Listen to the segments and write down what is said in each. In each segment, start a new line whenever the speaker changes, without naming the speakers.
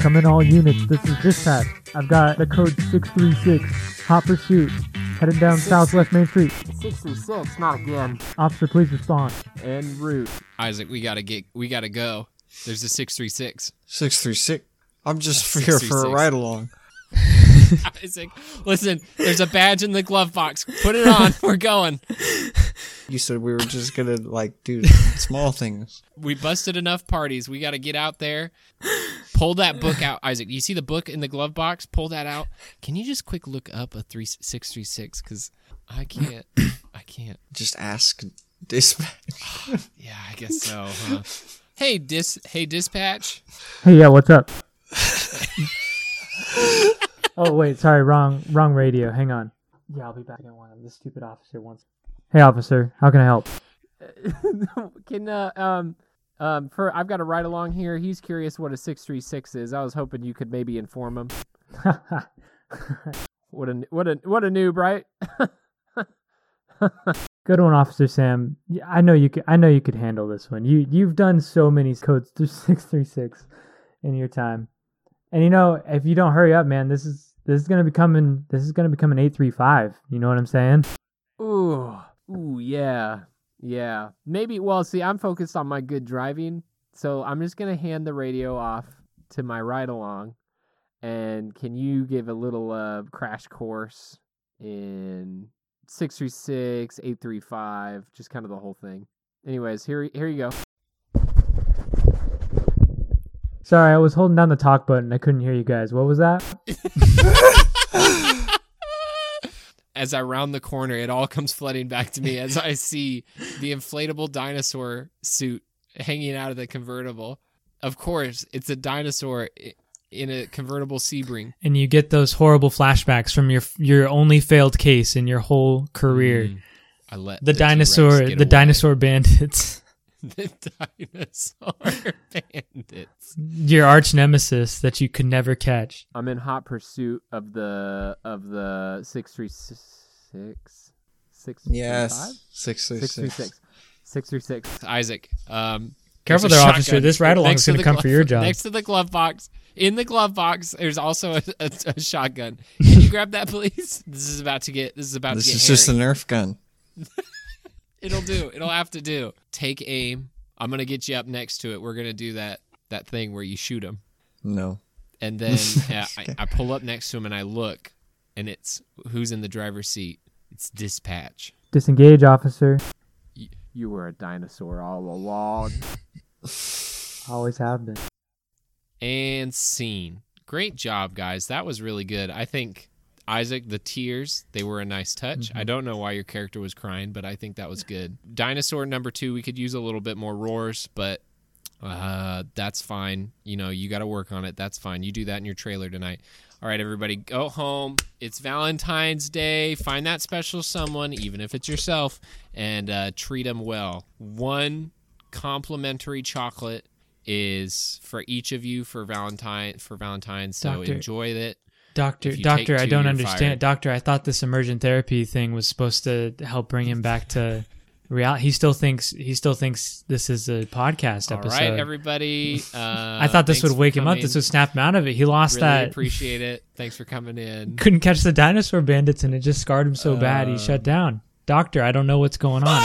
Come in all units. This is dispatch. I've got the code 636. Hot pursuit. Headed down Southwest Main Street.
636, not again.
Officer, please respond.
En route.
Isaac, we gotta get, we gotta go. There's a six three six.
Six three six. I'm just
That's
here for a
636.
ride along.
Isaac, listen, there's a badge in the glove box. Put it on. We're going.
You said we were just gonna like do small things.
We busted enough parties. We gotta get out there. Pull that book out, Isaac. You see the book in the glove box? Pull that out. Can you just quick look up a three six three six? Because I can't. I can't.
Just ask dispatch.
Yeah, I guess so. Huh? Hey dis. Hey dispatch.
Hey, yeah, what's up? oh, wait, sorry, wrong, wrong radio. Hang on. Yeah, I'll be back in one. This stupid officer wants. Hey, officer, how can I help?
Can, uh, um, um, for, I've got a ride along here. He's curious what a 636 is. I was hoping you could maybe inform him. What a, what a, what a noob, right?
Good one, Officer Sam. Yeah, I know you. Could, I know you could handle this one. You you've done so many codes through six three six in your time, and you know if you don't hurry up, man, this is this is gonna become an this is gonna become an eight three five. You know what I'm saying?
Ooh, ooh, yeah, yeah. Maybe. Well, see, I'm focused on my good driving, so I'm just gonna hand the radio off to my ride along, and can you give a little uh, crash course in six three six eight three five, just kind of the whole thing. Anyways, here here you go.
Sorry, I was holding down the talk button. I couldn't hear you guys. What was that?
As I round the corner, it all comes flooding back to me as I see the inflatable dinosaur suit hanging out of the convertible. Of course, it's a dinosaur i- in a convertible Sebring.
and you get those horrible flashbacks from your your only failed case in your whole career.
Hmm.
Mm, I let
The,
T-Rex
dinosaur,
get
the
away.
dinosaur bandits,
the dinosaur bandits.
your arch nemesis that you could never catch.
I'm in hot pursuit of the of the six three six six.
Yes. Six three
Six three
six.
six. Six three six.
Isaac, um,
Careful
there's a
there, officer.
shotgun
This ride-along
next
is gonna
the
come for
glove-
your job.
Next to the glove box, in the glove box, there's also a, a, a shotgun. Can you grab that, please? This is about to get. This is about
This
to get.
is just a
hairy.
Nerf gun.
It'll do. It'll have to do. Take aim. I'm gonna get you up next to it. We're gonna do that that thing where you shoot him,
No.
and then uh, I, I pull up next to him and I look, and it's who's in the driver's seat. It's dispatch.
Disengage, officer.
You were a dinosaur all along.
Always have been.
and scene. Great job, guys. That was really good. I think Isaac, the tears, they were a nice touch. I don't know why your character was crying, but I think that was good. Dinosaur number two, we could use a little bit more roars, but uh, that's fine. You know, you got to work on it. That's fine. You do that in your trailer tonight. All right, everybody, go home. It's Valentine's Day. Find that special someone, even if it's yourself, and uh, treat them well. One complimentary chocolate is for each of you for Valentine for Valentine's. So
Doctor-
enjoy it.
Doctor,
If you
doctor,
take
I
two,
don't
you're
understand.
fired.
Doctor, I thought this immersion therapy thing was supposed to help bring him back to reality. He still thinks he still thinks this is a podcast
All
episode.
right, everybody. Uh,
I thought this
thanks
would
for
wake him up.
coming.
This would snap him out of it. He lost
really
that.
appreciate it. Thanks for coming in.
couldn't catch the dinosaur bandits and it just scarred him so bad
Um,
he shut down. Doctor, I don't know what's going on.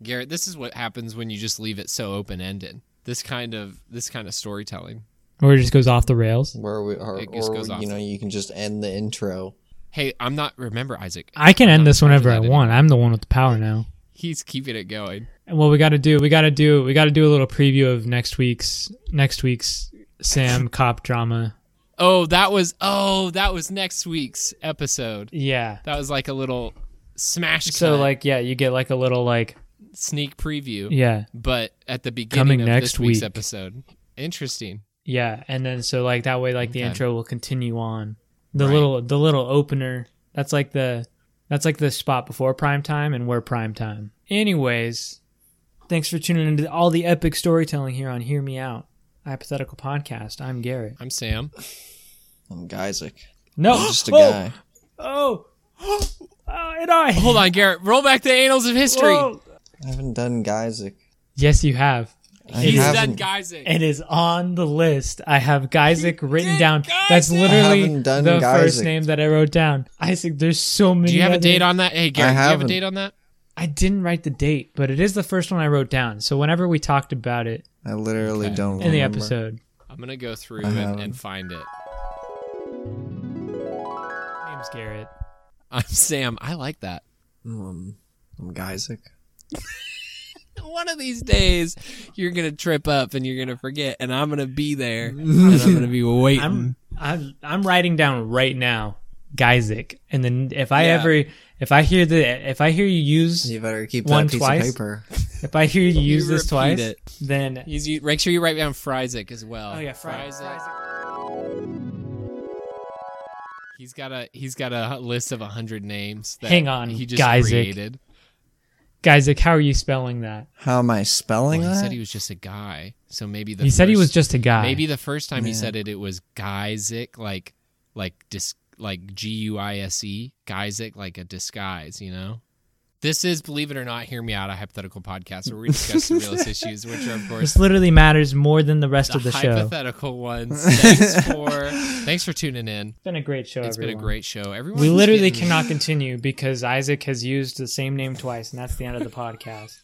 Garrett, this is what happens when you just leave it so open ended. This kind of this kind of storytelling.
Or it just goes off the rails.
Where we are,
It just
or
goes off.
you know, you can just end the intro.
Hey, I'm not remember Isaac.
I can end this whenever I
Imagine that
want. I'm the one with the power now.
He's keeping it going.
And what we got to do, we got to do, we got to do a little preview of next week's next week's Sam cop drama.
Oh, that was oh, that was next week's episode.
Yeah.
That was like a little smash
So
cut
like, yeah, you get like a little like,
sneak preview.
yeah,
But at the beginning
Coming
of this
next
week's
week.
episode. Interesting.
yeah, and then so like that way, like the
Okay.
intro will continue on. The
Right.
little, the little opener. That's like the, that's like the spot before prime time and where prime time. Anyways, thanks for tuning into all the epic storytelling here on Hear Me Out, a hypothetical podcast. I'm Garrett.
I'm Sam.
I'm Isaac.
No,
I'm just a
oh,
guy.
Oh, oh, and I.
Hold on, Garrett. Roll back the annals of history.
Whoa.
I haven't done Isaac.
Yes, you have.
I
You said
haven't-
Geisig.
It is on the list. I have Geisik written
did
down.
Geisik!
That's
I
literally
haven't done
the first
Geisik.
name that I wrote down. Isaac, there's so many.
do you have a
other-
date on that? Hey, Gary, do you have a
haven't.
date on that?
I didn't write the date, but it is the first one I wrote down. So whenever we talked about it
I literally
Okay.
don't
in the
remember.
episode,
I'm gonna go through
I
and,
haven't.
and find it.
my name's Garrett.
I'm Sam. I like that.
Um, I'm Geisek.
One of these days, you're gonna trip up and you're gonna forget, and I'm gonna be there, and I'm gonna be waiting.
I'm I'm I'm writing down right now, Geisik, and then if I
Yeah.
ever if I hear the if I hear you use
You better keep
One
that piece
twice?
of paper.
if I hear you use this
repeat
twice,
it.
then
You- you- make sure you write down Frizik as well.
oh yeah, Friday.
He's got a he's got a list of hundred names. That
Hang on,
he just
Geisig.
created.
Geisik, how are you spelling that?
How am I
Well,
spelling
he
that?
said he was just a guy, so maybe the
he said he was
first-
just a guy.
Maybe the first time he
Yeah.
said it, it was Geisig, like like dis like G U I S E Geisig, like a disguise. You know, this is believe it or not. Hear me out. A hypothetical podcast where we discuss some realist issues, which are of course
this literally matters more than the rest
the,
of the show.
hypothetical ones. Thanks for thanks for tuning in.
It's been a great show.
It's been a
everyone.
great show. Everyone,
We literally cannot continue because Isaac has used the same name twice, and that's the end of the podcast.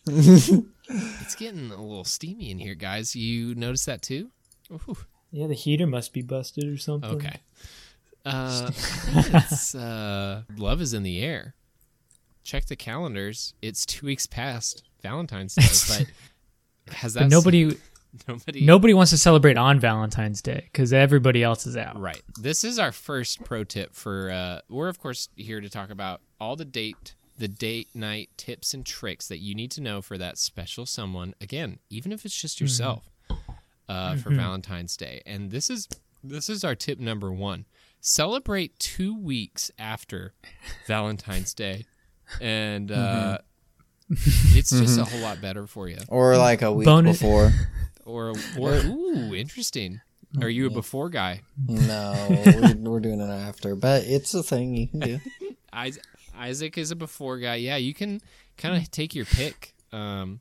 It's getting a little steamy in here, guys. You notice that too? Ooh.
Yeah, the heater must be busted or something.
Okay. Uh, I think it's, uh, love is in the air. Check the calendars. It's two weeks past Valentine's Day, but has that
But nobody,
nobody
nobody wants to celebrate on Valentine's Day because everybody else is out.
right? This is our first pro tip for. Uh, we're of course here to talk about all the date the date night tips and tricks that you need to know for that special someone. Again, even if it's just yourself uh, for Valentine's Day, and this is this is our tip number one. Celebrate two weeks after Valentine's Day, and uh, it's just a whole lot better for you.
or like a week
Bonus-
before.
Or, or ooh, interesting. Are you a before guy?
No, we're, we're doing it after, but it's a thing you can do.
Is- Isaac is a before guy. Yeah, you can kind of take your pick. Um,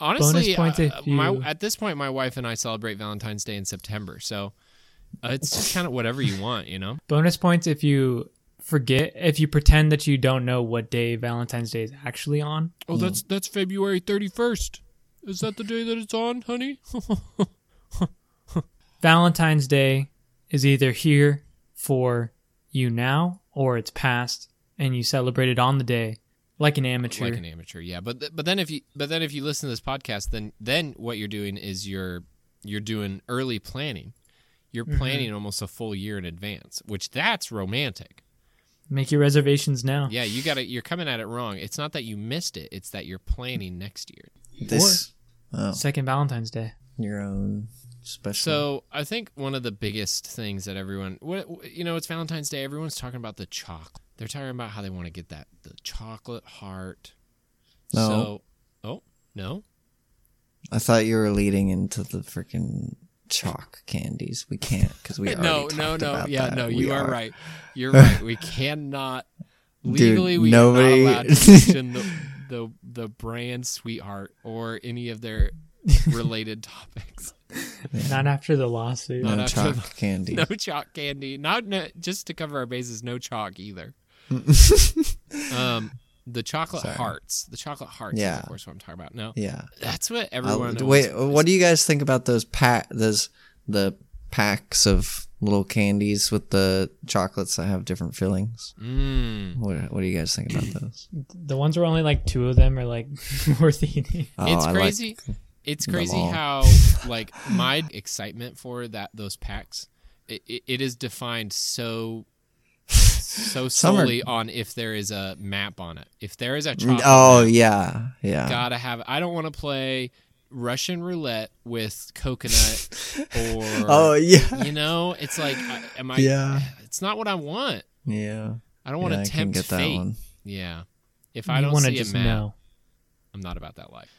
honestly,
point
uh,
if
my,
you-
at this point, my wife and I celebrate Valentine's Day in September, so uh, it's just kind of whatever you want, you know.
Bonus points if you forget, if you pretend that you don't know what day Valentine's Day is actually on.
Oh, that's that's February thirty first. Is that the day that it's on, honey?
Valentine's Day is either here for you now or it's past, and you celebrate it on the day like an amateur.
Like an amateur, yeah. But th- but then if you but then if you listen to this podcast, then then what you're doing is you're you're doing early planning. You're
Mm-hmm.
planning almost a full year in advance, which that's romantic.
Make your reservations now.
Yeah, you got it. You're coming at it wrong. It's not that you missed it; it's that you're planning next year.
This oh,
Second Valentine's Day.
your own special.
So I think one of the biggest things that everyone, what you know, it's Valentine's Day. Everyone's talking about the chocolate. They're talking about how they want to get that the chocolate heart.
No.
So, oh no,
I thought you were leading into the freaking chalk candies. We can't because we already
no,
talked
no, no.
about
Yeah,
that.
no.
We
You are right. You're right. We cannot legally. We
nobody-
are not allowed to mention the, the the brand sweetheart or any of their related topics.
Not after the lawsuit.
Not
No
after
chalk
the-
candy.
No chalk candy. Not no, just to cover our bases. No chalk either. um, the chocolate
Sorry.
hearts. The chocolate hearts.
Yeah.
is of course, what I'm talking about. No,
Yeah.
that's what
I'll-
everyone.
wait, oh. what do you guys think about those pack? Those the packs of little candies with the chocolates that have different fillings.
Mm.
What, what do you guys think about those?
The ones where only like two of them are like worth eating.
Oh,
it's
I like-
crazy. it's crazy
all.
how like my excitement for that those packs. It, it, it is defined so. So
Some are-
solely on if there is a map on it. If there is a chocolate
oh yeah, yeah.
gotta have. I don't want to play Russian roulette with coconut or
Oh yeah,
you know, it's like I- am I?
Yeah.
It's not what I want.
yeah.
I don't want to
yeah, I can
tempt
get that
fate.
one.
Yeah. If I
You
don't
wanna
see a
just
map,
know.
I'm not about that life.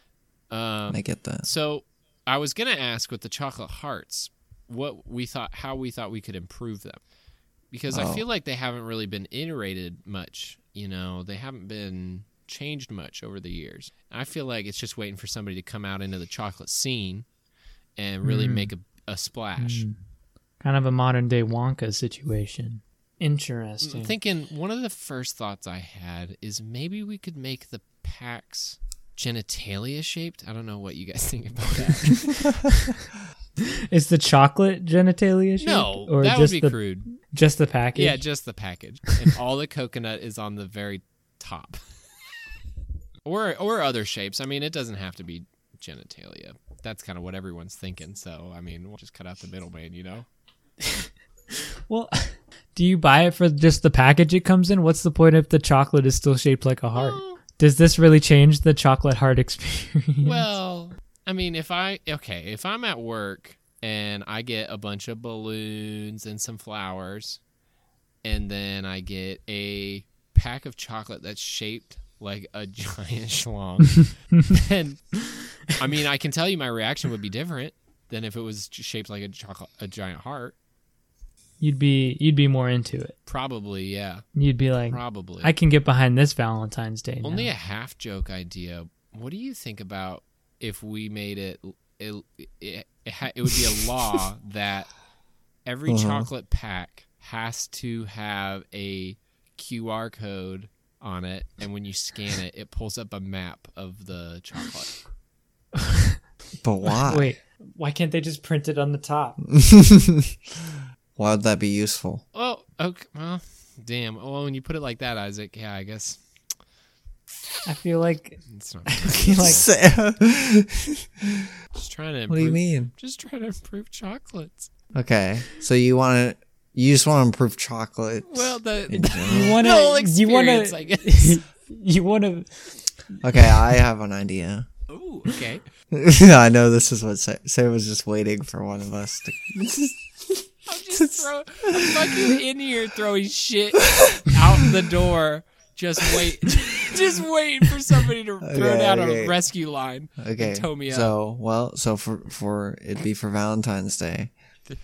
Um,
I get that.
so I was gonna ask with the chocolate hearts, what we thought, how we thought we could improve them, because I
Oh.
feel like they haven't really been iterated much. You know, they haven't been changed much over the years. I feel like it's just waiting for somebody to come out into the chocolate scene and really
Mm.
make a, a splash.
Mm. Kind of a modern day Wonka situation. Interesting.
I'm thinking one of the first thoughts I had is maybe we could make the packs genitalia shaped. I don't know what you guys think about that.
Is the chocolate genitalia shaped?
no,
or
that would
just
be
the
crude.
just the package?
Yeah, just the package. And all the coconut is on the very top. or or other shapes. I mean, it doesn't have to be genitalia. That's kind of what everyone's thinking. So, I mean, we'll just cut out the middleman, you know?
Well, do you buy it for just the package it comes in? What's the point if the chocolate is still shaped like a heart? Does this really change the chocolate heart experience?
Well, I mean, if I okay, if I'm at work and I get a bunch of balloons and some flowers, and then I get a pack of chocolate that's shaped like a giant schlong, then I mean, I can tell you my reaction would be different than if it was j- shaped like a chocolate, a giant heart.
you'd be you'd be more into it.
Probably, yeah,
You'd be like,
probably.
I can get behind this Valentine's Day. now.
Only a half joke idea. What do you think about if we made it? It, it, it, ha- it would be a law that every
Uh-huh.
chocolate pack has to have a QR code on it, and when you scan it, it pulls up a map of the chocolate.
But why?
Wait, why can't they just print it on the top?
why would that be useful?
Oh, okay. Well, damn. Well, when you put it like that, Isaac. Yeah, I guess
I feel like
it's not.
like
Sam,
Just trying to. Improve,
what do you mean?
Just trying to improve chocolates.
Okay, so you want to you just want to improve chocolate?
Well,
in
the,
general.
you want
the whole
to you want
experience, I
to
guess.
you want to
okay, I have an idea.
Ooh, okay.
I know this is what Sam, Sam was just waiting for one of us to.
I'm just throwing, I'm fucking in here throwing shit out the door. Just wait, just waiting for somebody to throw
Okay,
down
okay.
a rescue line.
Okay,
tow me up.
so well, so for for it'd be for Valentine's Day.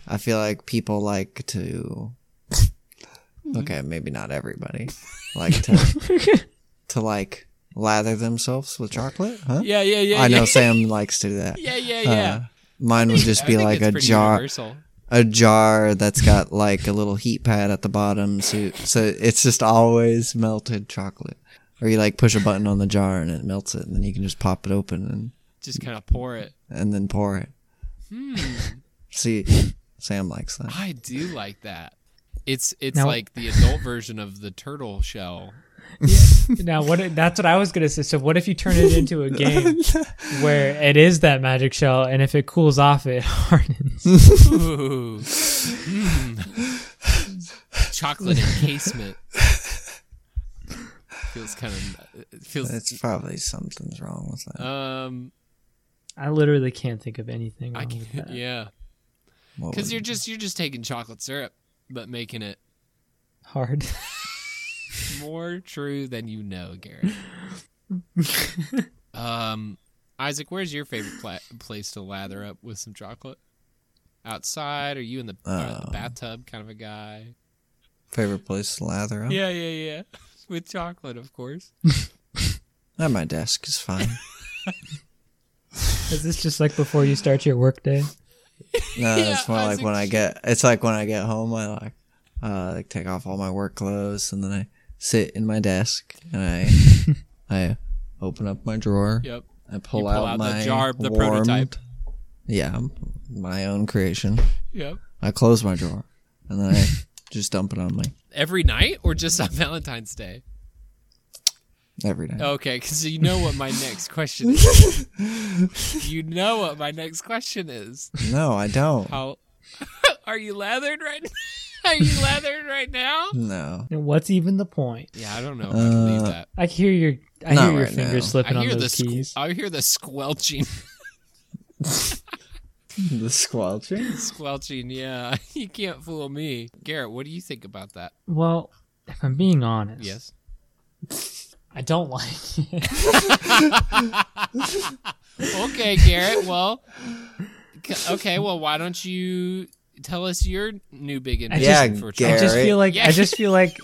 I feel like people like to.
Mm-hmm.
Okay, maybe not everybody like to to like lather themselves with chocolate, huh?
Yeah, yeah, yeah.
I know
yeah.
Sam likes to do that.
Yeah, yeah, yeah.
Uh, mine would
I
just be
think
like
it's
a
pretty
jar,
Universal.
a jar that's got like a little heat pad at the bottom, so so it's just always melted chocolate. Or you like push a button on the jar and it melts it, and then you can just pop it open
Just kind of pour it.
and and then pour it.
Hmm.
See, Sam likes that.
I do like that. It's it's
Now-
like the adult version of the turtle shell.
now what if- that's what I was gonna say. So what if you turn it into a game where it is that magic shell, and if it cools off, it hardens.
Ooh. Mm. Chocolate encasement. Feels kind of it feels
It's probably something's wrong with that.
um
I literally can't think of anything
I
wrong with
can't,
that.
yeah,
What
because
would-
you're just you're just taking chocolate syrup, but making it
Hard.
more true than you know, Garrett. um, Isaac, where's your favorite pla- place to lather up with some chocolate? Outside? Are you in the, are the
Um,
bathtub kind of a guy?
favorite place to lather up.
Yeah, yeah, yeah. With chocolate, of course.
At my desk is fine.
Is this just like before you start your workday?
No,
Yeah,
it's more
I was
like when I get. It's like when I get home, I like, uh, like take off all my work clothes and then I sit in my desk and I, I open up my drawer.
Yep.
I pull,
You pull
out,
out the
my
jar of the
warmed-
prototype.
Yeah, my own creation.
Yep.
I close my drawer and then I just dump it on my
Every night or just on Valentine's Day?
every day.
Okay, because you know what my next question is. you know what my next question is.
No, I don't.
How are you lathered right? now? Are you lathered right now?
No.
And what's even the point?
Yeah, I don't know. If I can leave
Uh,
that.
I hear your I
Not
hear your
right
fingers
now.
slipping
I
on
hear the
those keys.
squ- I hear the squelching,
The squelching.
squelching. Yeah, you can't fool me, Garrett. What do you think about that?
well, if I'm being honest,
Yes.
I don't like it.
Okay, Garrett. Well, c- okay. Well, why don't you tell us your new big invention
Yeah,
for
I
chocolate?
just
Garrett.
feel like
Yeah.
I just feel like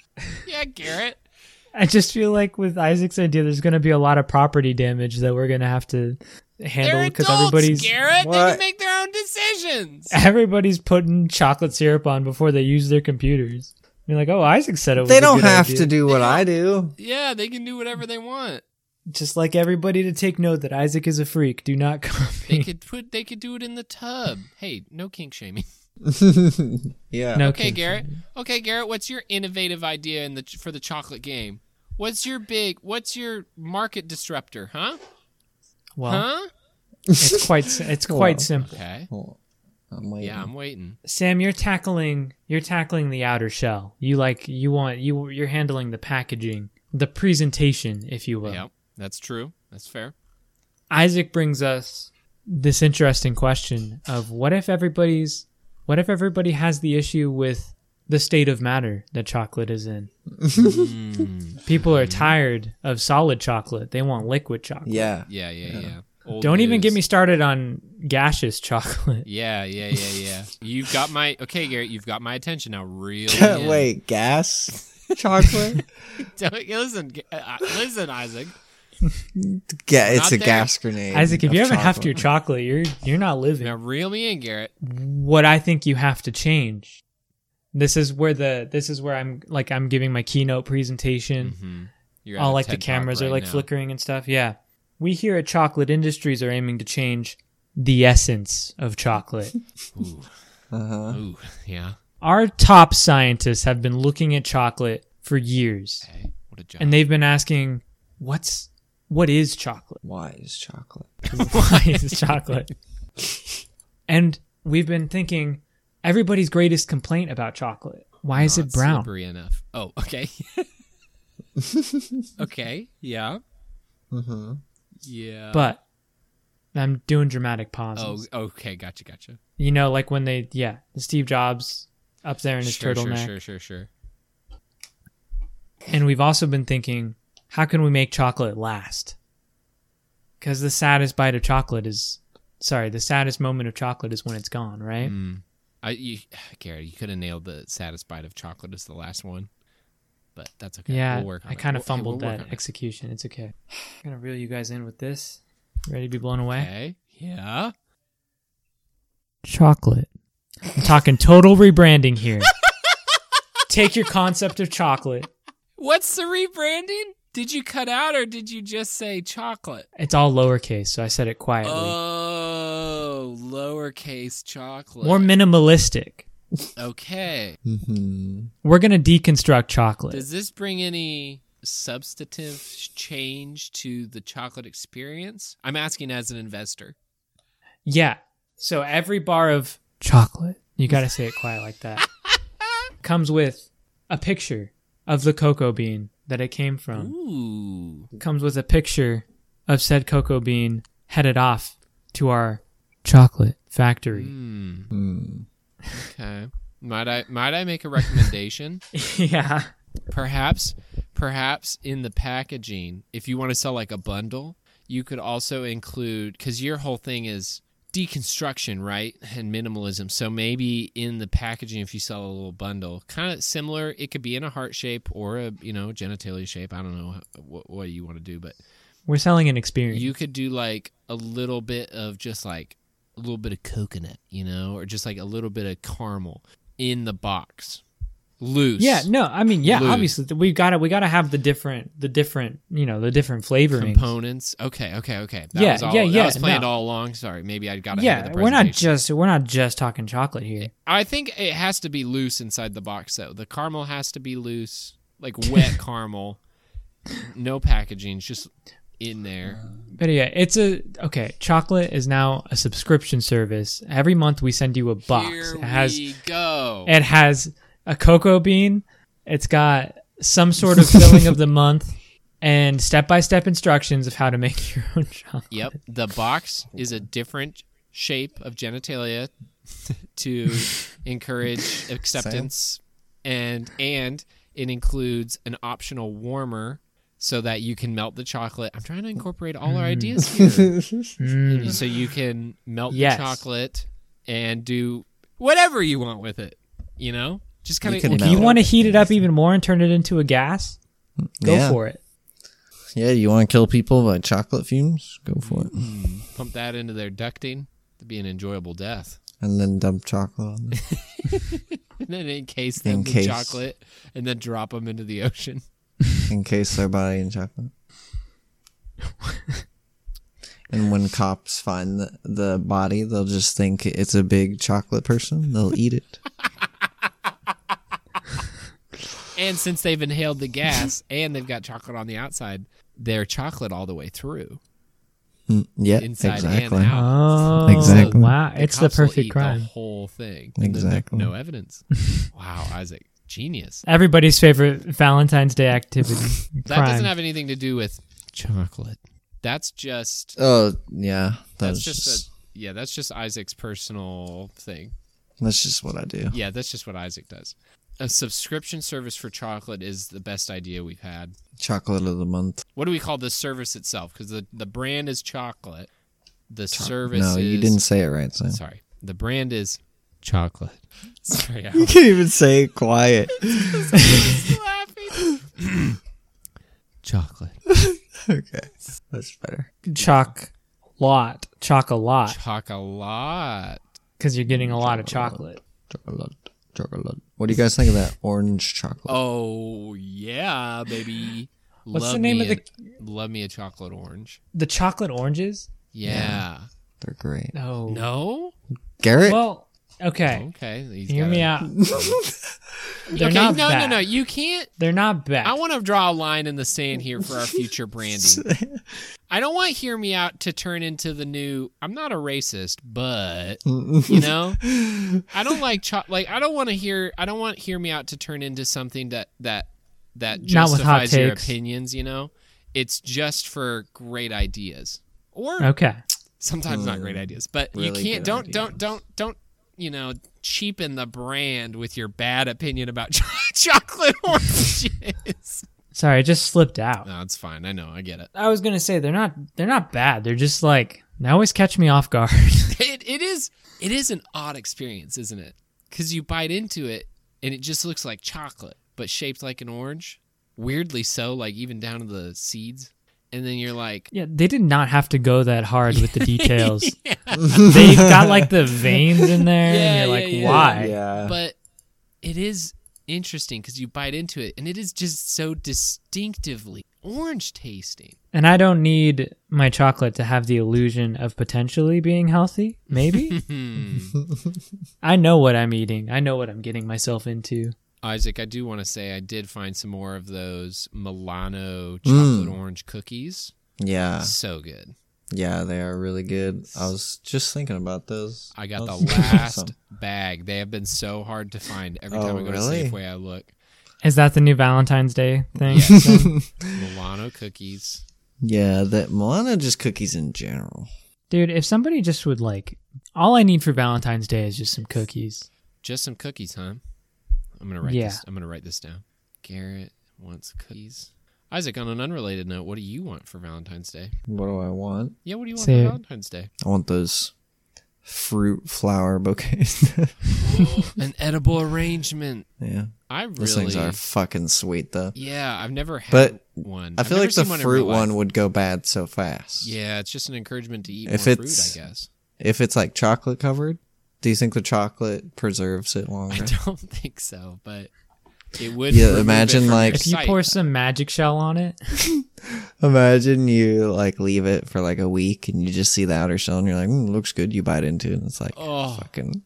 Yeah, Garrett.
I just feel like with Isaac's idea, there's going to be a lot of property damage that we're going to have to handled because everybody's
Garrett. They
What?
can make their own decisions.
everybody's putting chocolate syrup on before they use their computers. You're like, oh, Isaac said it. Was
They
a
don't
good
have
idea."
to do what I do.
yeah, they can do whatever they want.
Just like everybody to take note that Isaac is a freak. Do not
They
copy.
could put. They could do it in the tub. Hey, no kink shaming.
yeah.
No
Okay,
kidding.
Garrett. Okay, Garrett. What's your innovative idea in the for the chocolate game? What's your big? What's your market disruptor? Huh?
Well,
Huh?
it's quite si- it's quite
Well.
simple.
Okay.
Well, I'm waiting.
Yeah, I'm waiting.
Sam, you're tackling you're tackling the outer shell. You like you want you you're handling the packaging, the presentation, if you will.
Yep, that's true. That's fair.
Isaac brings us this interesting question of what if everybody's what if everybody has the issue with the state of matter that chocolate is in? People are tired of solid chocolate. They want liquid chocolate.
yeah.
Yeah, yeah, yeah. Old
Don't even get
news.
me started on gaseous chocolate.
Yeah, yeah, yeah, yeah. you've got my okay, Garrett. You've got my attention now. Really?
Wait, gas? Chocolate?
listen, G- uh, listen, Isaac.
yeah, it's
Not
a
there.
gas grenade.
Isaac, if
of
you haven't halved
chocolate.
your chocolate, you're you're not living.
Now reel me in, Garrett.
what I think you have to change. This is where the this is where I'm like I'm giving my keynote presentation.
Mm-hmm. You're at
All
a
like the
TED Talk
cameras are
right
like
now.
flickering and stuff. Yeah. We here at Chocolate Industries are aiming to change the essence of chocolate.
Ooh,
Uh-huh.
ooh, yeah.
Our top scientists have been looking at chocolate for years
Okay, what a job.
and they've been asking what's what is chocolate?
Why is chocolate?
Why is chocolate? And we've been thinking everybody's greatest complaint about chocolate. Why is
Not
it brown?
Slippery Oh, enough. Oh, okay. okay. Yeah.
Mm-hmm.
Yeah.
but I'm doing dramatic pauses.
uh, oh, okay. Gotcha. Gotcha.
You know, like when they, yeah, Steve Jobs up there in his
sure, sure,
turtleneck.
sure, sure, sure.
And we've also been thinking, how can we make chocolate last? Because the saddest bite of chocolate is, sorry, the saddest moment of chocolate is when it's gone, right?
Mm. I, you, Garrett, you could have nailed the saddest bite of chocolate as the last one, but that's okay.
Yeah,
we'll work on
I
it.
kind of
We'll- hey,
fumbled
we'll work
that
on it.
execution. It's okay. I'm gonna reel you guys in with this. Ready to be blown away?
Okay. Yeah.
Chocolate. I'm talking total rebranding here. Take your concept of chocolate.
What's the rebranding? Did you cut out or did you just say chocolate?
It's all lowercase, so I said it quietly.
Oh, lowercase chocolate.
more minimalistic.
okay.
Mm-hmm.
We're gonna deconstruct chocolate.
Does this bring any substantive change to the chocolate experience? I'm asking as an investor.
yeah. So every bar of chocolate, you gotta say it quiet like that, comes with a picture of the cocoa bean that it came from.
Ooh.
Comes with a picture of said cocoa bean headed off to our chocolate factory.
Hmm.
Mm.
Okay. Might I might I make a recommendation?
yeah.
perhaps perhaps in the packaging if you want to sell like a bundle you could also include because your whole thing is deconstruction right and minimalism so maybe in the packaging if you sell a little bundle kind of similar it could be in a heart shape or a you know genitalia shape i don't know what, what you want to do but
We're selling an experience.
you could do like a little bit of just like a little bit of coconut you know or just like a little bit of caramel in the box loose
yeah, no, I mean, yeah,
Lose.
obviously th- we gotta we gotta have the different the different you know the different flavorings.
components. Okay, okay, okay. That
Yeah,
was all,
yeah,
that
yeah,
was planned
no.
all along. Sorry, maybe I got ahead of
Yeah,
the
we're not
presentation.
just we're not just talking chocolate here.
I think it has to be loose inside the box, though. The caramel has to be loose, like wet caramel. No packaging, it's just in there.
But yeah, it's a okay. Chocolate is now a subscription service. Every month we send you a box.
Here
it has
we go.
it has a cocoa bean. It's got some sort of filling of the month and step by step instructions of how to make your own chocolate.
yep, the box is a different shape of genitalia to encourage acceptance, and and it includes an optional warmer. So that you can melt the chocolate. I'm trying to incorporate all our ideas here.
Mm.
so you can melt
Yes.
the chocolate and do whatever you want with it. You know, just kind
can
of
If
melt
you
it.
want to heat it up even more and turn it into a gas, go
Yeah.
for it.
Yeah, you want to kill people by chocolate fumes? Go for it.
Pump that into their ducting. It'd be an enjoyable death.
And then dump chocolate on them.
And then encase them in
Encase.
chocolate and then drop them into the ocean.
Encase their body in chocolate. and when cops find the, the body, they'll just think it's a big chocolate person. They'll eat it.
And since they've inhaled the gas and they've got chocolate on the outside, they're chocolate all the way through,
Mm, yeah,
inside
exactly.
and out.
Oh,
Exactly.
Wow, it's the
cops will
perfect
eat
crime.
The whole thing. And then there's
Exactly.
No evidence. wow, Isaac, genius.
Everybody's favorite Valentine's Day activity.
That
crime.
doesn't have anything to do with chocolate. That's just
Oh yeah, that
that's
was
just,
just,
a, yeah. That's just Isaac's personal thing.
that's just what I do.
Yeah, that's just what Isaac does. A subscription service for chocolate is the best idea we've had.
Chocolate of the month.
What do we call the service itself? Because the, the brand is chocolate. The service
No,
is
you didn't say it right. Sam.
Sorry. The brand is chocolate. Sorry, I
You can't even say it quiet.
was laughing. chocolate.
okay, that's better.
Choc lot. Choc a lot.
Chocolate.
Because you're
Mm,
getting a lot of chocolate.
Chocolate, chocolate. What do you guys think of that orange chocolate?
Oh yeah, baby.
What's
love
the name
me
of
a- Love me a chocolate orange.
The chocolate oranges?
Yeah.
They're great.
No.
No.
Garrett,
Well, okay.
Okay. he's
Hear
got
me
it.
out. They're
Okay.
not
no,
bad.
no, no. You can't.
They're not bad.
I want to draw a line in the sand here for our future branding. I don't want "Hear Me Out" to turn into the new. I'm not a racist, but you know, I don't like cho- like I don't want to hear. I don't want "Hear Me Out" to turn into something that that that
Not with hot
justifies your
takes.
opinions. You know, it's just for great ideas or
okay.
sometimes not great ideas, but
Mm. really
you can't.
good
Don't
ideas.
don't don't don't you know cheapen the brand with your bad opinion about cho- chocolate oranges.
Sorry, it just slipped out.
No, it's fine. I know. I get it.
I was gonna say they're not they're not bad. They're just like they always catch me off guard.
It it is it is an odd experience, isn't it? Because you bite into it and it just looks like chocolate, but shaped like an orange. Weirdly so, like even down to the seeds. And then you're like,
yeah, they did not have to go that hard with the details. They got like the veins in there,
Yeah,
and you're
yeah,
like,
yeah.
why?
yeah,
but it is interesting because you bite into it and it is just so distinctively orange tasting.
And I don't need my chocolate to have the illusion of potentially being healthy. Maybe
Hmm.
I know what I'm eating. I know what I'm getting myself into.
Isaac, I do want to say I did find some more of those Milano chocolate orange cookies.
Hmm. yeah,
So good.
yeah. They are really good. I was just thinking about those.
I got the
Those-
last
Oh, Awesome.
bag. They have been so hard to find. Every
Oh,
time I go
really?
to Safeway, I look.
Is that the new Valentine's Day thing?
Milano cookies.
Yeah, that Milano just cookies in general.
Dude, if somebody just would like, all I need for Valentine's Day is just some cookies.
Just some cookies, huh? I'm gonna write
Yeah.
this. I'm gonna write this down. Garrett wants cookies. Isaac, on an unrelated note, what do you want for Valentine's Day?
What do I want?
Yeah, what do you want
Say it.
for Valentine's Day?
I want those fruit flower bouquets.
An edible arrangement.
yeah,
I really.
those things are fucking sweet though.
yeah, I've never had
But
one.
I
I've
feel
never
like the
seen one in
fruit
real life.
one would go bad so fast.
Yeah, it's just an encouragement to eat
If
more
it's-
fruit, I guess.
If it's like chocolate covered, do you think the chocolate preserves it
I
longer?
don't think so, but it would.
Yeah,
remove it
imagine,
from your
like-
If you
sight.
pour some magic shell on it,
Imagine you like leave it for like a week and you just see the outer shell and you're like, mm, looks good. You bite into it and it's like,
Oh.
fucking.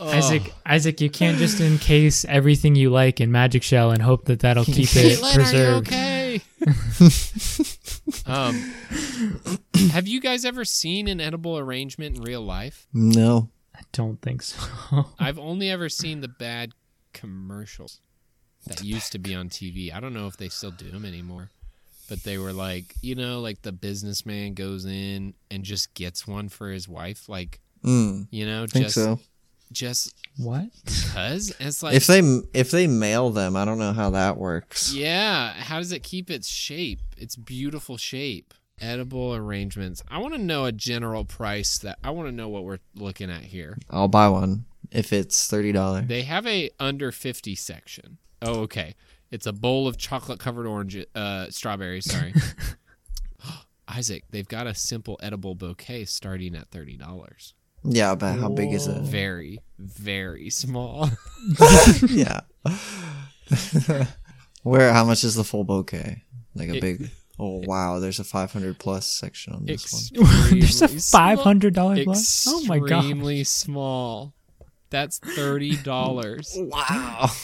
Isaac, Isaac, you can't just encase everything you like in magic shell and hope that that'll keep it
Caitlin, are you
preserved.
okay? um, have you guys ever seen an edible arrangement in real life?
No.
I don't think so.
I've only ever seen the bad commercials that used to be on TV. I don't know if they still do them anymore. But they were like, you know, like the businessman goes in and just gets one for his wife, like,
Mm,
you know,
think
just
so.
just
what?
cuz. It's like
if they if they mail them, I don't know how that works.
Yeah, how does it keep its shape? Its beautiful shape. Edible arrangements. I want to know a general price that I want to know what we're looking at here.
I'll buy one if it's thirty dollars.
They have a under 50 section. Oh, okay. It It's a bowl of chocolate covered orange uh, strawberries. Sorry, Isaac. They've got a simple edible bouquet starting at thirty dollars.
Yeah, but how big is it?
Very, very small.
yeah. Where? How much is the full bouquet? Like a
It-
big. Oh wow, there's a 500 plus section on this one.
There's a
Extremely small-
five hundred dollar plus. Oh my god!
Extremely small. That's thirty dollars.
Wow.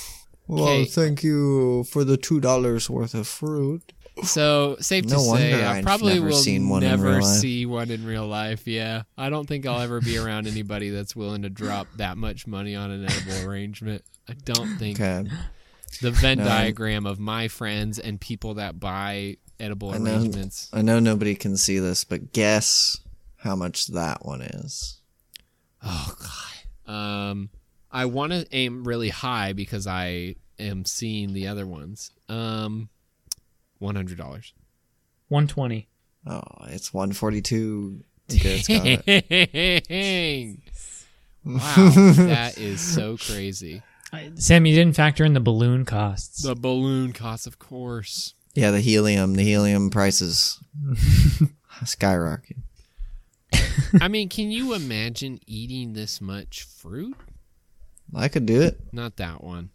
Well,
Okay.
thank you for the two dollars worth of fruit.
So safe
No
to say,
wonder
I
I've
probably
never
will
seen one in
never
real life.
see one in real life. Yeah, I don't think I'll ever be around anybody that's willing to drop that much money on an edible arrangement. I don't think
Okay,
the Venn
No, I-
diagram of my friends and people that buy edible
I know.
arrangements.
I know nobody can see this, but guess how much that one is.
Oh god. Um, I want to aim really high because I am seeing the other ones. Um, one hundred dollars.
One twenty.
Oh, it's 142. Okay, it's got it.
Dang. Wow, that is so crazy.
Sam, you didn't factor in the balloon costs.
The balloon cost, of course.
Yeah, the helium. The helium prices skyrocket.
I mean, can you imagine eating this much fruit?
I could do it.
Not that one.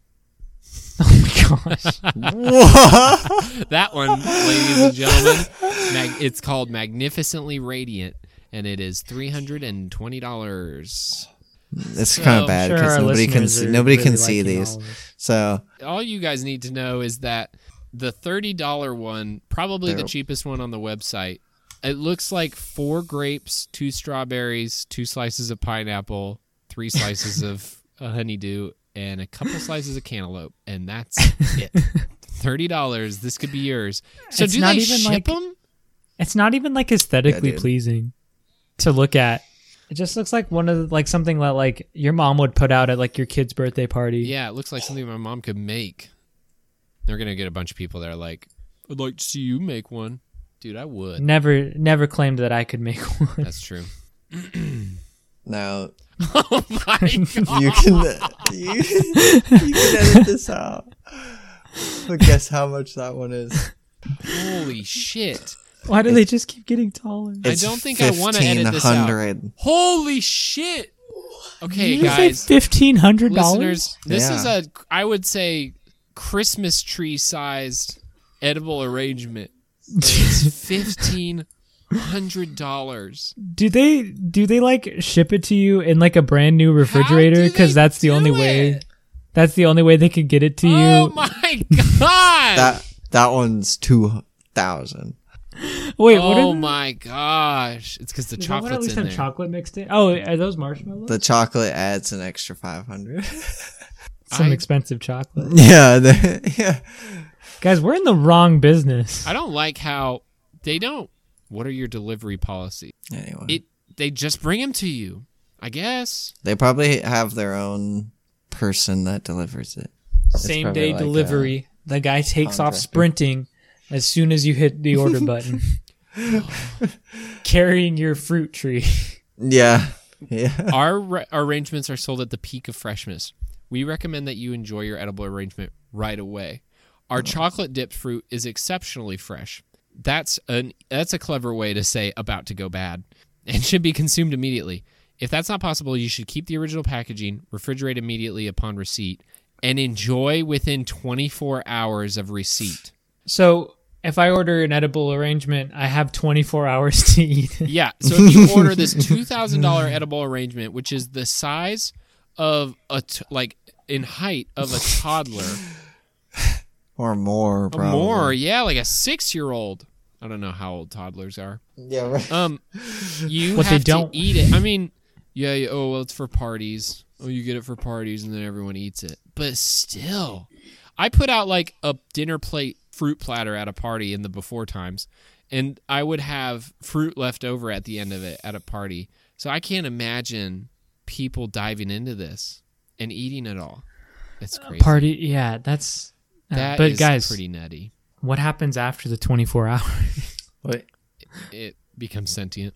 oh my gosh!
What?
That one, ladies and gentlemen, mag- it's called Magnificently Radiant, and it is three hundred and twenty dollars.
it's
So,
kind of
I'm
bad
sure
because
our
nobody can
listeners
see,
are
nobody
really
can see
liking
these.
all of this.
So
All you guys need to know is that the thirty dollar one, probably the
There.
cheapest one on the website, it looks like four grapes, two strawberries, two slices of pineapple, three slices of a honeydew, and a couple slices of cantaloupe, and that's it. Thirty dollars. This could be yours. So
It's
do
not
they
even
ship
like-
them?
It's not even like aesthetically
Yeah, dude.
pleasing to look at. It just looks like one of the, like something that like your mom would put out at like your kid's birthday party.
Yeah, it looks like something my mom could make. They're gonna get a bunch of people that are like, "I'd like to see you make one, dude. I would."
Never, never claimed that I could make one.
That's true.
now
oh my god!
you can you, you can edit this out. But guess how much that one is.
Holy shit!
Why do they just keep getting taller?
I
It's
don't think I wanna edit this out.
1500.
Holy shit! Okay,
Did you
guys,
say fifteen hundred dollars?
listeners, this
Yeah.
is a I would say Christmas tree sized edible arrangement. It's fifteen hundred dollars.
Do they do they like ship it to you in like a brand new refrigerator? Because that's the only way. That's the only way they could get it to
Oh
you.
my god!
That that one's 2000.
Wait, what
oh
are
my gosh! It's because the
the, does that one at
chocolate's
least
in
have
there.
chocolate mixed in? Oh, are those marshmallows?
The chocolate adds an extra 500.
Some
I-
expensive chocolate.
yeah, the, yeah.
Guys, we're in the wrong business.
I don't like how they don't. What are your delivery policies?
Anyway,
It they just bring them to you. I guess.
they probably have their own person that delivers it.
Same
probably
day
like,
delivery. the guy takes off
contractor.
sprinting as soon as you hit the order button, carrying your fruit tree.
Yeah. Yeah.
our re- arrangements are sold at the peak of freshness. We recommend that you enjoy your edible arrangement right away. Our chocolate dipped fruit is exceptionally fresh. That's an that's a clever way to say about to go bad and should be consumed immediately. If that's not possible, you should keep the original packaging, refrigerate immediately upon receipt, and enjoy within 24 hours of receipt.
So if I order an edible arrangement, I have 24 hours to eat. it.
Yeah. So if you order this two thousand dollar edible arrangement, which is the size of a t- like in height of a toddler,
Or more,
or
probably.
more, yeah, like a six year old. I don't know how old toddlers are.
Yeah, right.
Um, you
What they
have
don't.
to eat it. I mean, yeah. You, oh well, it's for parties. Oh, you get it for parties, and then everyone eats it. But still, I put out like a dinner plate fruit platter at a party in the before times, and I would have fruit left over at the end of it at a party. So I can't imagine people diving into this and eating it all. It's crazy.
Party, yeah, that's. uh,
That
but
is
guys,
pretty nutty.
what happens after the 24 hours?
Wait.
It becomes sentient.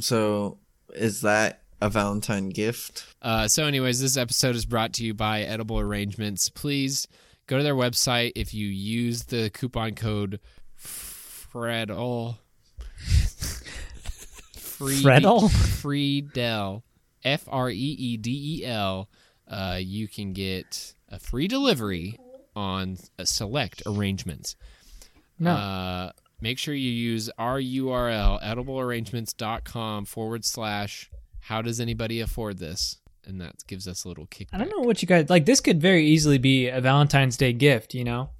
So, is that a Valentine gift?
Uh, so, anyways, this episode is brought to you by Edible Arrangements. Please Go to their website. If you use the coupon code FREDL, free
Fredel?
free Dell, F R E E D E L, uh, you can get a free delivery on uh, select arrangements.
No.
Uh, make sure you use our URL, ediblearrangements.com forward slash how does anybody afford this? And that gives us a little kickback.
I don't know what you guys like. This could very easily be a Valentine's Day gift, you know?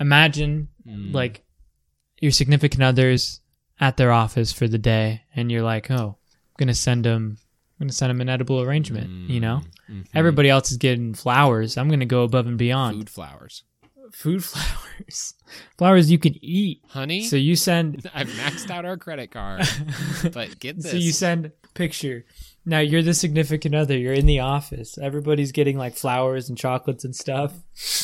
Imagine
Mm.
like your significant others at their office for the day and you're like, "Oh, I'm going to send them I'm going to send them an edible arrangement," you know?
Mhm.
Everybody else is getting flowers. I'm going to go above and beyond.
food flowers.
Food, flowers. flowers you can eat.
Honey,
So you send
I've maxed out our credit card, but get this.
So you send picture. Now you're the significant other. You're in the office. Everybody's getting like flowers and chocolates and stuff.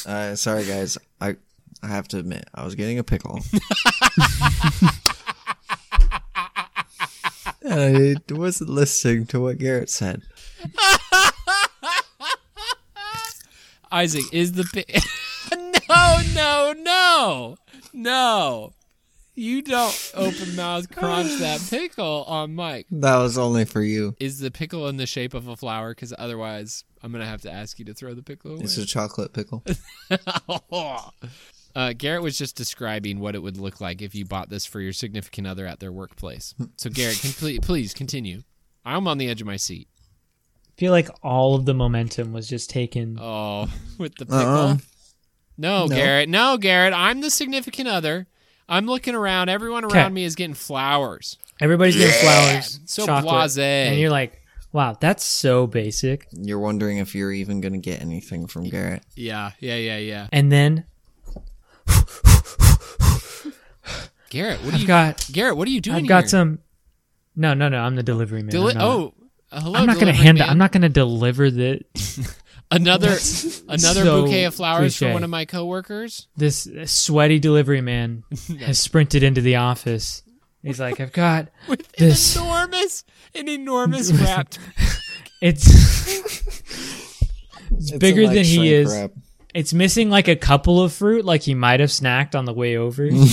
Uh, sorry, guys. I I have to admit, I was getting a pickle. I wasn't listening to what Garrett said.
Isaac is the pi- no, no, no, no. You don't open mouth crunch that pickle on Mike.
That was only for you.
Is the pickle in the shape of a flower? Because otherwise, I'm gonna have to ask you to throw the pickle away.
It's a chocolate pickle.
uh, Garrett was just describing what it would look like if you bought this for your significant other at their workplace. So Garrett, can please, please continue. I'm on the edge of my seat.
I feel like all of the momentum was just taken.
Oh, with the pickle.
Uh-huh.
Uh-uh.
No,
No.
Garrett. No, Garrett. I'm the significant other. I'm looking around. Everyone around me is getting flowers.
Everybody's getting flowers,
So
chocolate,
blase.
and you're like, "Wow, that's so basic."
You're wondering if you're even going to get anything from Garrett.
yeah, yeah, yeah, yeah.
And then
Garrett, what are
I've
you?
got,
Garrett, what are you doing?
I've got
here?
some. No, no, no. I'm the delivery man.
Deli-
I'm not,
oh, uh, hello.
I'm not gonna
delivery
hand.
man.
I'm not gonna deliver the
another another
so
bouquet of flowers from
cliche.
one of my coworkers.
this sweaty delivery man has sprinted into the office. He's like, "I've got
With
This-
an enormous, an enormous wrapped.
It's it's bigger than he is. It's missing like a couple of fruit, like he might have snacked on the way over.
Only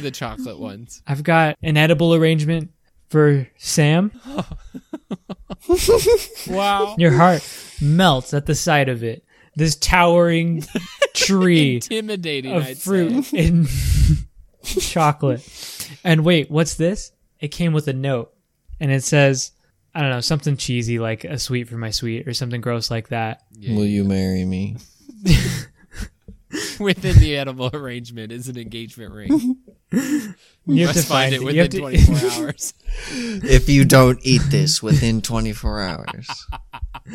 the chocolate ones.
I've got an edible arrangement for Sam.
Wow.
Your heart melts at the sight of it. This towering tree
Intimidating. I'd
of fruit and chocolate. And wait, what's this? It came with a note, and it says, I don't know, something cheesy like a sweet for my sweet or something gross like that.
Will you marry me?
say. Within the edible arrangement is an engagement ring.
You have
Must
to find it. You
within
have to-
24 hours.
If you don't eat this within 24 hours.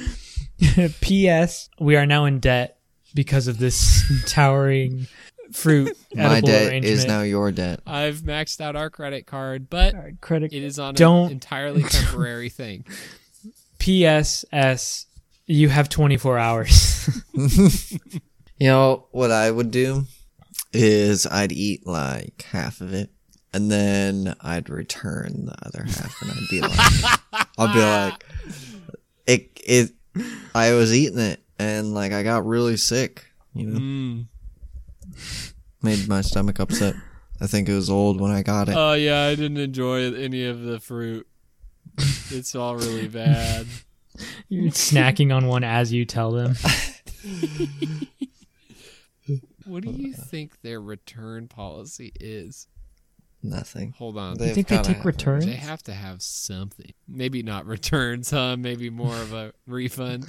P.S. We are now in debt because of this towering fruit.
My
edible
debt
arrangement.
is now your debt.
I've maxed out our credit card, but
Our credit.
it is on an
Don't-
entirely temporary thing.
P.S.S. You have 24 hours.
You know what I would do is I'd eat like half of it, and then I'd return the other half, and I'd be like, I'll be like, it it. I was eating it, and like I got really sick. You know,
Mm.
made my stomach upset. I think it was old when I got it.
Oh yeah, I didn't enjoy any of the fruit. It's all really bad.
You're snacking on one as you tell them.
What do you think their return policy is?
Nothing.
Hold on.
They-
You think they
gotta
take
have-
returns?
They have to have something. Maybe not returns, huh? Maybe more of a refund.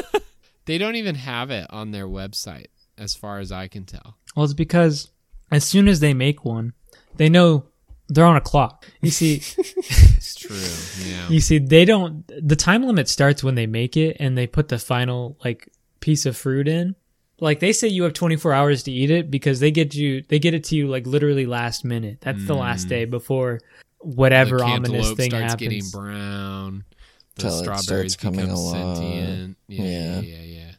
they don't even have it on their website, as far as I can tell.
Well, it's because as soon as they make one, they know they're on a clock. You see,
It's true. Yeah.
you see, they don't. The time limit starts when they make it and they put the final like piece of fruit in. Like they say, you have 24 hours to eat it because they get you, they get it to you like literally last minute. That's the last day before whatever
the
ominous
cantaloupe
thing
starts
happens.
getting brown. The
Till it starts
strawberries
coming
become
alive.
sentient. Yeah, yeah,
Yeah.
yeah. yeah.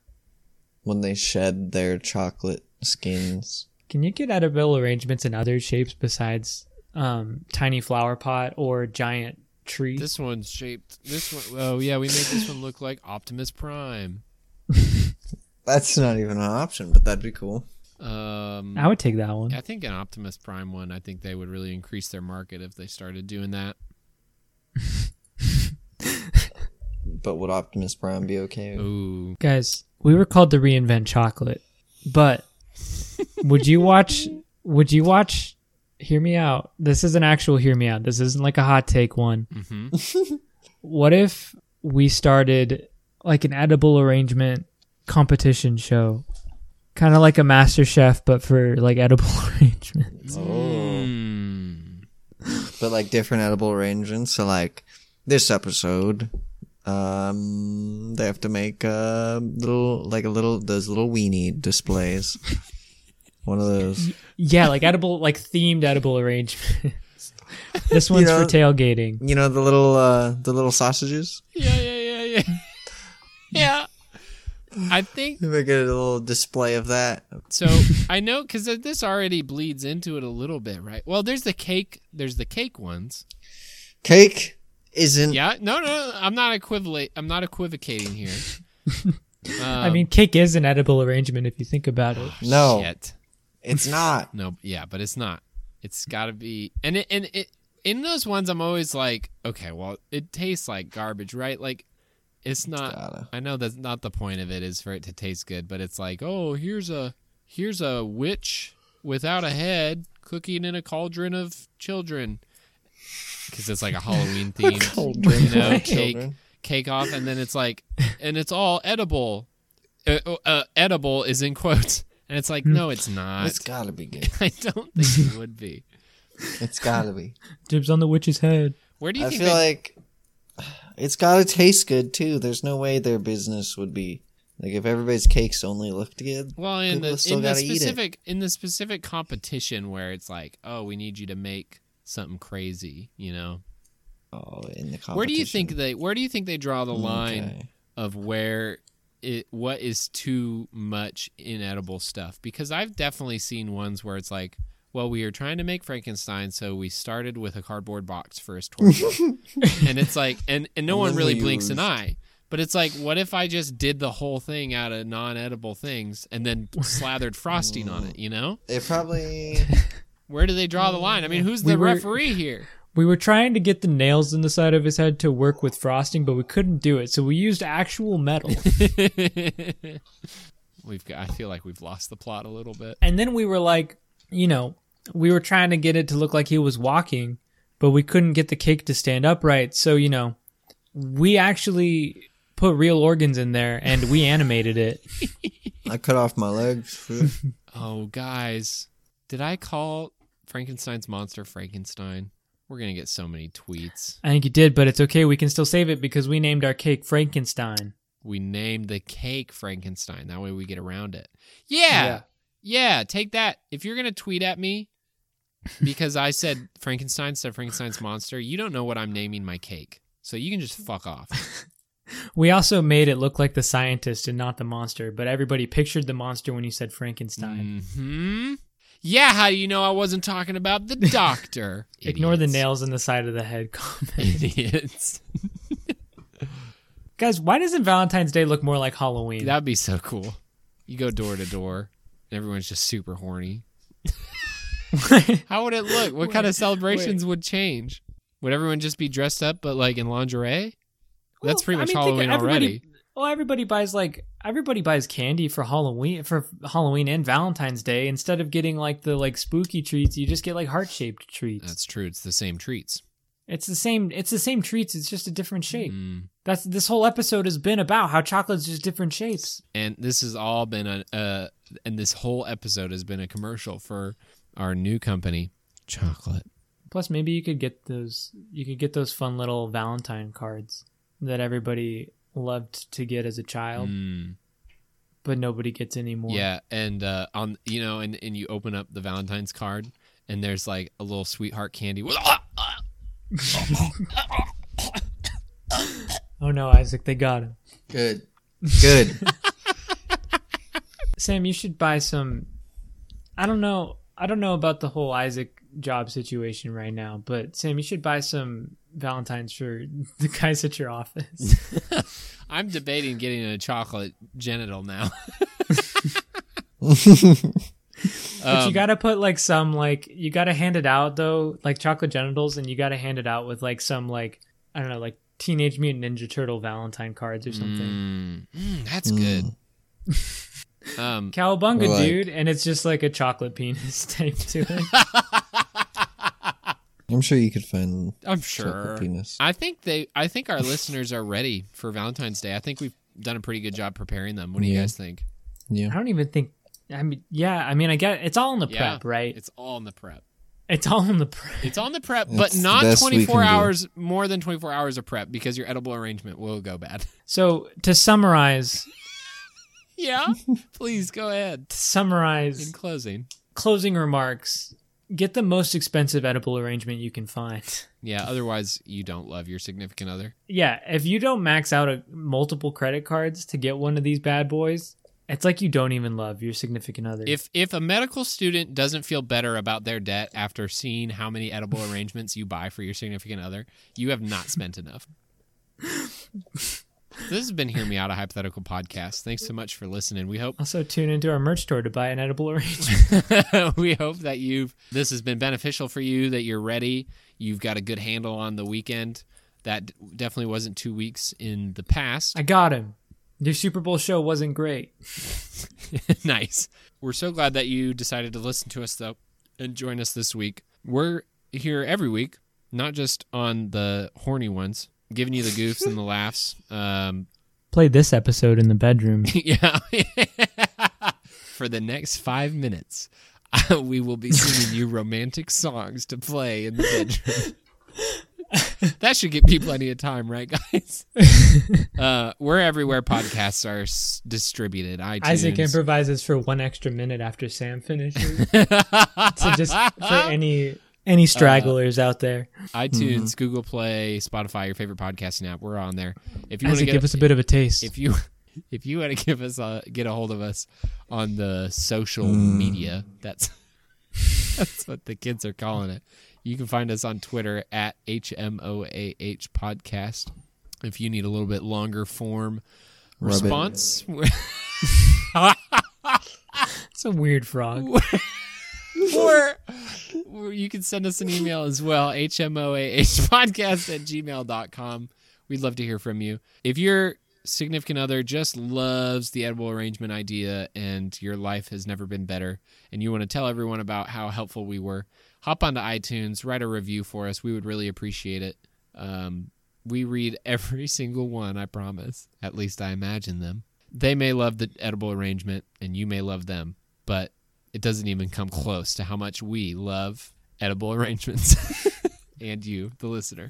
When they shed their chocolate skins.
Can you get edible arrangements in other shapes besides um, tiny flower pot or giant tree?
This one's shaped. This one. Oh yeah, we made this one look like Optimus Prime.
That's not even an option, but that'd be cool.
Um,
I would take that one.
I think an Optimus Prime one. I think they would really increase their market if they started doing that.
But would Optimus Prime be okay?
Ooh,
Guys, we were called to reinvent chocolate, but would you watch? Would you watch? Hear me out. This is an actual hear me out. This isn't like a hot take one.
hmm
What if we started like an edible arrangement competition show? Kind of like a master chef, but for like edible arrangements.
But like different edible arrangements. So like this episode, um, they have to make a little like a little those little weenie displays. One of those.
Yeah, like edible, like themed edible arrangements. this one's
know-
for tailgating.
You know the little uh the little sausages.
Hmm. Yeah, yeah, yeah, yeah, yeah. I think
They make a little display of that.
so. I know because this already bleeds into it a little bit, right? Well, there's the cake. There's the cake ones.
Cake isn't.
Yeah. No, no. no, I'm not equivalent. I'm not equivocating here.
I
Um,
mean, cake is an edible arrangement if you think about it.
No,
shit.
it's not.
No, yeah, but it's not. It's got to be, and it, and it in those ones, I'm always like, okay, well, it tastes like garbage, right? Like, it's not.
gotta.
I know that's not the point of it is for it to taste good, but it's like, oh, here's a here's a witch without a head cooking in a cauldron of children, because it's like a Halloween theme, you know, cake
children.
cake off, and then it's like, and it's all edible. Uh, uh, edible is in quotes, and it's like, no, it's not.
It's gotta be good.
I don't think it would be.
It's gotta be.
Dibs on the witch's head.
Where do you
I
think?
feel
they-
like it's gotta taste good too. There's no way their business would be like if everybody's cakes only looked good.
well, in
people
the
still
in the
gotta eat it.
specific in the specific competition where it's like, oh, we need you to make something crazy, you know.
Oh, in the competition. Mm,
Where do you think they Where do you think they draw the line
Okay.
of where it what is too much inedible stuff? Because I've definitely seen ones where it's like, well, we are trying to make Frankenstein, so we started with a cardboard box for his torso, and it's like, and and no
And
one
then
really
we
blinks an
used-
eye. But it's like, what if I just did the whole thing out of non-edible things and then slathered frosting on it? You know,
It probably.
where do they draw the line? I mean, who's
We
the
were-
referee here?
We were trying to get the nails in the side of his head to work with frosting, but we couldn't do it, so we used actual metal.
We've got. I feel like we've lost the plot a little bit.
and then we were like, you know, we were trying to get it to look like he was walking, but we couldn't get the cake to stand upright. So, you know, we actually put real organs in there and we animated it.
I cut off my legs.
Oh, guys, did I call Frankenstein's monster Frankenstein? We're gonna get so many tweets.
I think you did, but it's okay. We can still save it because we named our cake Frankenstein.
We named the cake Frankenstein. That way we get around it. Yeah, yeah. take that. If you're gonna tweet at me because I said Frankenstein instead of Frankenstein's monster, you don't know what I'm naming my cake, so you can just fuck off.
We also made it look like the scientist and not the monster, but everybody pictured the monster when you said Frankenstein.
hmm Yeah. How do you know I wasn't talking about the doctor?
Ignore the
Idiots.
nails in the side of the head comment.
Idiots.
Guys, why doesn't Valentine's Day look more like Halloween?
That'd be so cool. You go door to door, and everyone's just super horny. How would it look? What kind of celebrations would change? Would everyone just be dressed up, but like in lingerie? That's
Well,
pretty
I
much
mean, think
Halloween
everybody-
already.
Well, everybody buys like everybody buys candy for Halloween for Halloween and Valentine's Day. Instead of getting like the like spooky treats, you just get like heart shaped treats.
That's true. It's the same treats.
it's the same. It's the same treats. It's just a different shape.
Mm.
That's this whole episode has been about how chocolate's just different shapes.
And this has all been a, uh, and this whole episode has been a commercial for our new company, chocolate.
Plus, maybe you could get those. You could get those fun little Valentine cards that everybody loved to get as a child,
Mm.
but nobody gets anymore.
Yeah, and uh, on you know, and and you open up the Valentine's card, and there's like a little sweetheart candy. with-
Oh no, Isaac, they got him.
Good. Good.
Sam, you should buy some. I don't know. I don't know about the whole Isaac job situation right now, but Sam, you should buy some Valentines for the guys at your office.
I'm debating getting a chocolate genital now.
But you
Um,
gotta put like some like you gotta hand it out though, like chocolate genitals, and you gotta hand it out with like some like I don't know, like Teenage Mutant Ninja Turtle Valentine cards or something.
mm, mm, that's
Mm.
good. Um,
Cowabunga,
Or, like-
dude, and it's just like a chocolate penis taped to it.
I'm sure you could find
I'm
chocolate
sure.
penis.
I think they. I think our listeners are ready for Valentine's Day. I think we've done a pretty good job preparing them. What do you
Yeah.
guys think?
I don't even think. I mean, yeah. I mean, I get it's all in the
Yeah.
prep, right?
It's all in the prep.
It's all in the prep.
It's on the prep,
It's
but
the
not
best we
24
can do.
hours. More than 24 hours of prep because your edible arrangement will go bad.
So to summarize,
yeah. Please go ahead.
to
In
summarize
closing,
closing remarks. Get the most expensive edible arrangement you can find.
yeah. Otherwise, you don't love your significant other.
Yeah, if you don't max out a, multiple credit cards to get one of these bad boys, it's like you don't even love your significant other.
If if a medical student doesn't feel better about their debt after seeing how many edible arrangements you buy for your significant other, you have not spent enough. this has been Hear Me Out, a hypothetical podcast. Thanks so much for listening. We hope
also tune into our merch store to buy an edible arrangement.
we hope that you've this has been beneficial for you. That you're ready. You've got a good handle on the weekend. That d- definitely wasn't two weeks in the past.
I got him. Your Super Bowl show wasn't great.
nice. We're so glad that you decided to listen to us though and join us this week. We're here every week, not just on the horny ones, giving you the goofs and the laughs. Um,
Play this episode in the bedroom.
yeah. For the next five minutes, uh, we will be singing you romantic songs to play in the bedroom. that should give me plenty of time, right, guys? uh, we're everywhere podcasts are s- distributed. iTunes,
Isaac improvises for one extra minute after Sam finishes. so just for any
Uh,
any stragglers out there,
iTunes,
Mm-hmm.
Google Play, Spotify, your favorite podcasting app. We're on there. If you want to
Isaac,
get
give us a bit of a taste.
if you if you want to give us a, get a hold of us on the social
Hmm.
media, that's that's what the kids are calling it. You can find us on Twitter at HMOAH podcast. If you need a little bit longer form
Rub it.
response,
it's a weird frog.
or, or you can send us an email as well hmoahpodcast at gmail.com we'd love to hear from you if your significant other just loves the edible arrangement idea and your life has never been better and you want to tell everyone about how helpful we were hop onto itunes write a review for us we would really appreciate it um, we read every single one i promise at least i imagine them they may love the edible arrangement and you may love them but it doesn't even come close to how much we love edible arrangements and you, the listener.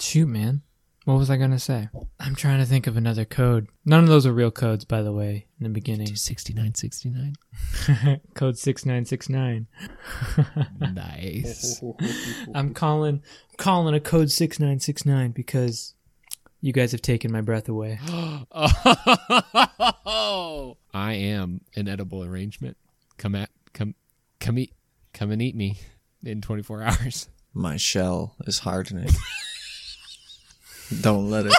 Shoot, man. What was I gonna say? I'm trying to think of another code. None of those are real codes, by the way. In the beginning,
6969.
code six nine six nine.
Nice.
I'm calling calling a code six nine six nine because you guys have taken my breath away.
oh, I am an edible arrangement. Come at come come eat come and eat me in 24 hours.
My shell is hardening. Don't let it.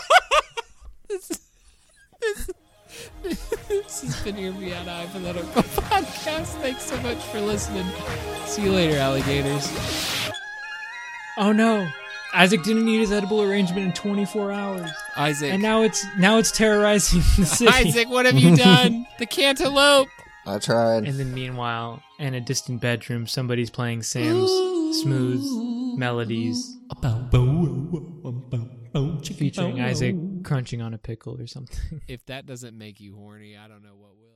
This has been your Vienna Hypothetical Podcast. Thanks so much for listening. See you later, alligators.
Oh no, Isaac didn't need his edible arrangement in 24 hours,
Isaac.
and now it's now it's terrorizing the city.
Isaac, what have you done? the cantaloupe.
I tried.
And then meanwhile, in a distant bedroom, somebody's playing Sam's smooth melodies featuring Isaac crunching on a pickle or something.
If that doesn't make you horny, I don't know what would.